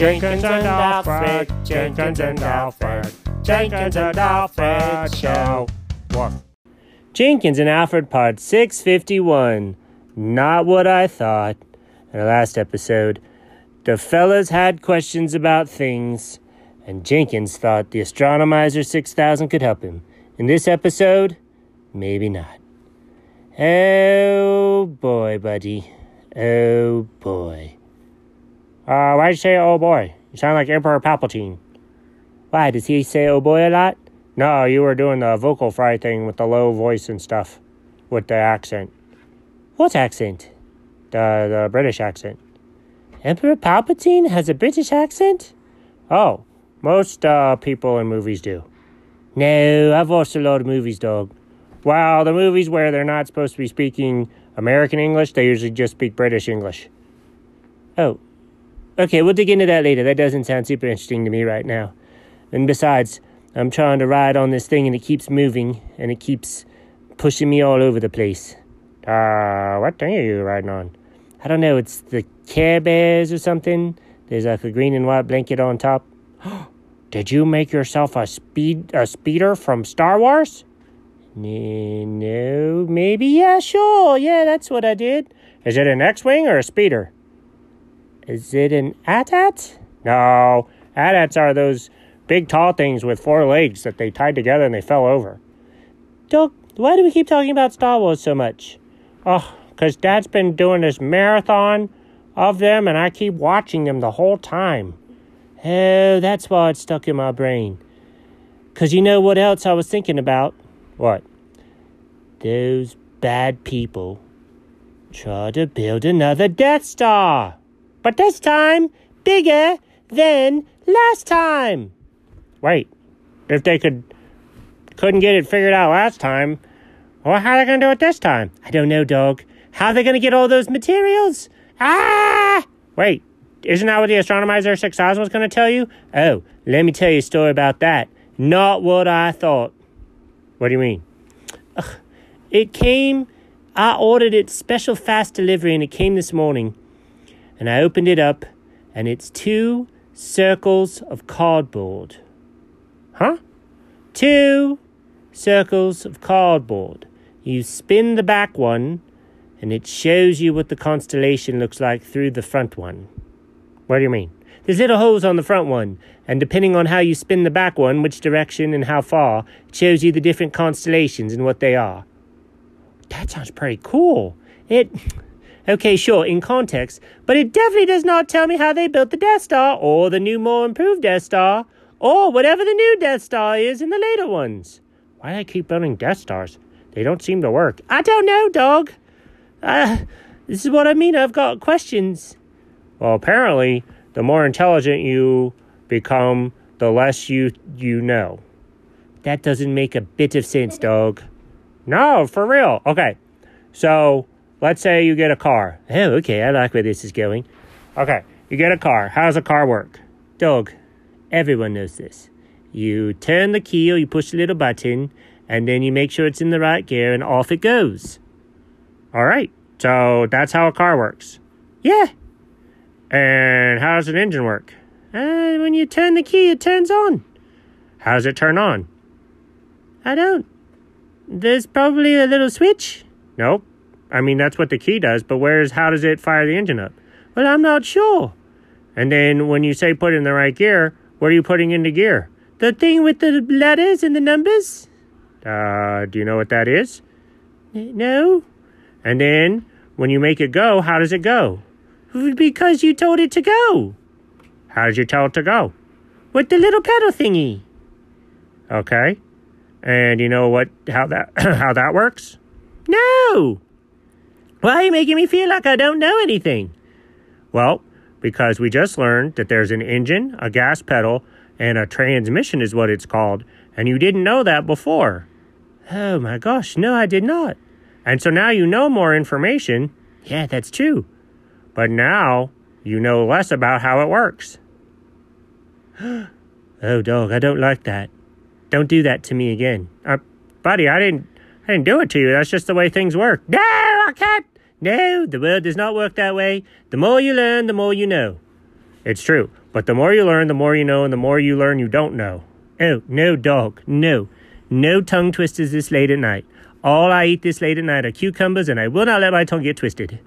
Jenkins and Alfred, Jenkins and Alfred, Jenkins and Alfred show. What? Jenkins and Alfred Part 651. Not what I thought. In the last episode, the fellas had questions about things, and Jenkins thought the Astronomizer 6000 could help him. In this episode, maybe not. Oh boy, buddy. Oh boy. Uh, why'd you say oh boy? You sound like Emperor Palpatine. Why, does he say oh boy a lot? No, you were doing the vocal fry thing with the low voice and stuff. With the accent. What accent? The, the British accent. Emperor Palpatine has a British accent? Oh, most uh, people in movies do. No, I've watched a lot of movies, dog. Well, the movies where they're not supposed to be speaking American English, they usually just speak British English. Oh, Okay, we'll dig into that later. That doesn't sound super interesting to me right now. And besides, I'm trying to ride on this thing and it keeps moving and it keeps pushing me all over the place. Uh, what thing are you riding on? I don't know, it's the Care Bears or something. There's like a green and white blanket on top. Did you make yourself a speed a speeder from Star Wars? N- No, maybe yeah, sure. Yeah, that's what I did. Is it an X-wing or a speeder? Is it an AT-AT? No, AT-ATs are those big tall things with four legs that they tied together and they fell over. Doug, why do we keep talking about Star Wars so much? Oh, because Dad's been doing this marathon of them and I keep watching them the whole time. Oh, that's why it's stuck in my brain. Because you know what else I was thinking about? What? Those bad people try to build another Death Star but this time bigger than last time. Wait, if they could couldn't get it figured out last time, well, how are they gonna do it this time? I don't know, dog. How are they gonna get all those materials? Ah! Wait, isn't that what the Astronomizer 6000 was gonna tell you? Oh, let me tell you a story about that. Not what I thought. What do you mean? Ugh. It came, I ordered it special fast delivery and it came this morning and I opened it up, and it's two circles of cardboard. Huh? Two circles of cardboard. You spin the back one, and it shows you what the constellation looks like through the front one. What do you mean? There's little holes on the front one, and depending on how you spin the back one, which direction and how far, it shows you the different constellations and what they are. That sounds pretty cool. It. Okay, sure, in context, but it definitely does not tell me how they built the Death Star, or the new, more improved Death Star, or whatever the new Death Star is in the later ones. Why do they keep building Death Stars? They don't seem to work. I don't know, dog. Uh, this is what I mean. I've got questions. Well, apparently, the more intelligent you become, the less you you know. That doesn't make a bit of sense, dog. No, for real. Okay. So let's say you get a car. Oh, okay, I like where this is going. Okay, you get a car. How does a car work? Dog, everyone knows this. You turn the key or you push a little button, and then you make sure it's in the right gear, and off it goes. All right, so that's how a car works. Yeah. And how does an engine work? Uh, when you turn the key, it turns on. How does it turn on? I don't. There's probably a little switch. Nope. I mean, that's what the key does, but where's how does it fire the engine up? Well, I'm not sure. And then when you say put it in the right gear, what are you putting into gear? The thing with the letters and the numbers? Uh, do you know what that is? N- No. And then when you make it go, how does it go? Because you told it to go. How did you tell it to go? With the little pedal thingy. Okay. And you know what how that how that works? No. Why are you making me feel like I don't know anything? Well, because we just learned that there's an engine, a gas pedal, and a transmission is what it's called, and you didn't know that before. Oh my gosh, no, I did not. And so now you know more information. Yeah, that's true. But now you know less about how it works. oh, dog, I don't like that. Don't do that to me again. Uh, buddy, I didn't I didn't do it to you. That's just the way things work. No, I can't. No, the world does not work that way. The more you learn, the more you know. It's true. But the more you learn, the more you know, and the more you learn you don't know. Oh, no, dog, no. No tongue twisters this late at night. All I eat this late at night are cucumbers, and I will not let my tongue get twisted.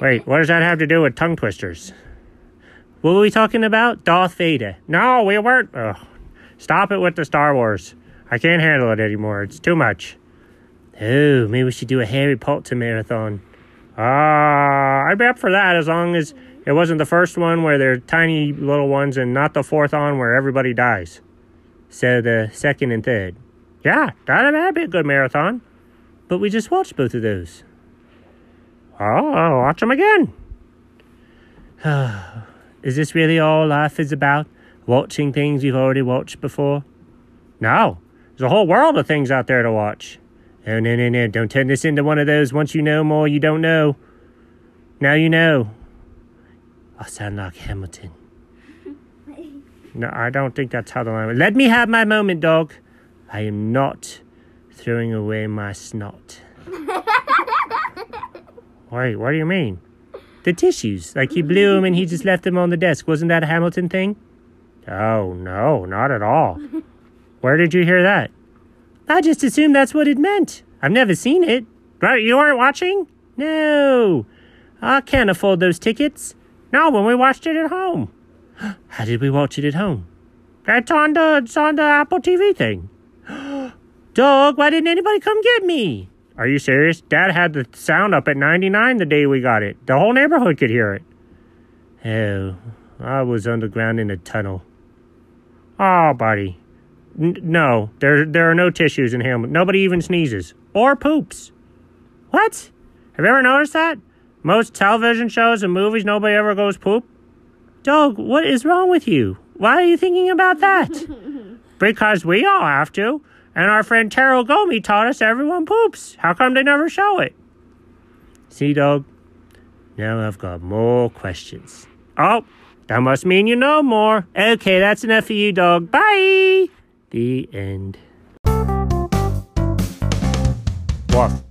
Wait, what does that have to do with tongue twisters? What were we talking about? Darth Vader. No, we weren't. Ugh. Stop it with the Star Wars. I can't handle it anymore. It's too much. Oh, maybe we should do a Harry Potter marathon. Ah, I'd be up for that as long as it wasn't the first one where they're tiny little ones and not the fourth on where everybody dies. So the second and third. Yeah, that'd, that'd be a good marathon. But we just watched both of those. Oh, I'll watch them again. is this really all life is about? Watching things you've already watched before? No, there's a whole world of things out there to watch. No, no, no, no. Don't turn this into one of those once you know more, you don't know. Now you know. I sound like Hamilton. No, I don't think that's how the line Let me have my moment, dog. I am not throwing away my snot. Wait, what do you mean? The tissues. Like he blew them and he just left them on the desk. Wasn't that a Hamilton thing? Oh, no, not at all. Where did you hear that? I just assumed that's what it meant. I've never seen it. Right, you weren't watching? No. I can't afford those tickets. No, when we watched it at home. How did we watch it at home? It's on the, it's on the Apple TV thing. Dog, why didn't anybody come get me? Are you serious? Dad had the sound up at 99 the day we got it. The whole neighborhood could hear it. Oh, I was underground in a tunnel. Oh, buddy. N- no, there there are no tissues in Hamlet. Nobody even sneezes or poops. What? Have you ever noticed that? Most television shows and movies, nobody ever goes poop. Dog, what is wrong with you? Why are you thinking about that? because we all have to, and our friend Taro Gomi taught us everyone poops. How come they never show it? See, dog. Now I've got more questions. Oh, that must mean you know more. Okay, that's enough for you, dog. Bye. The end. What?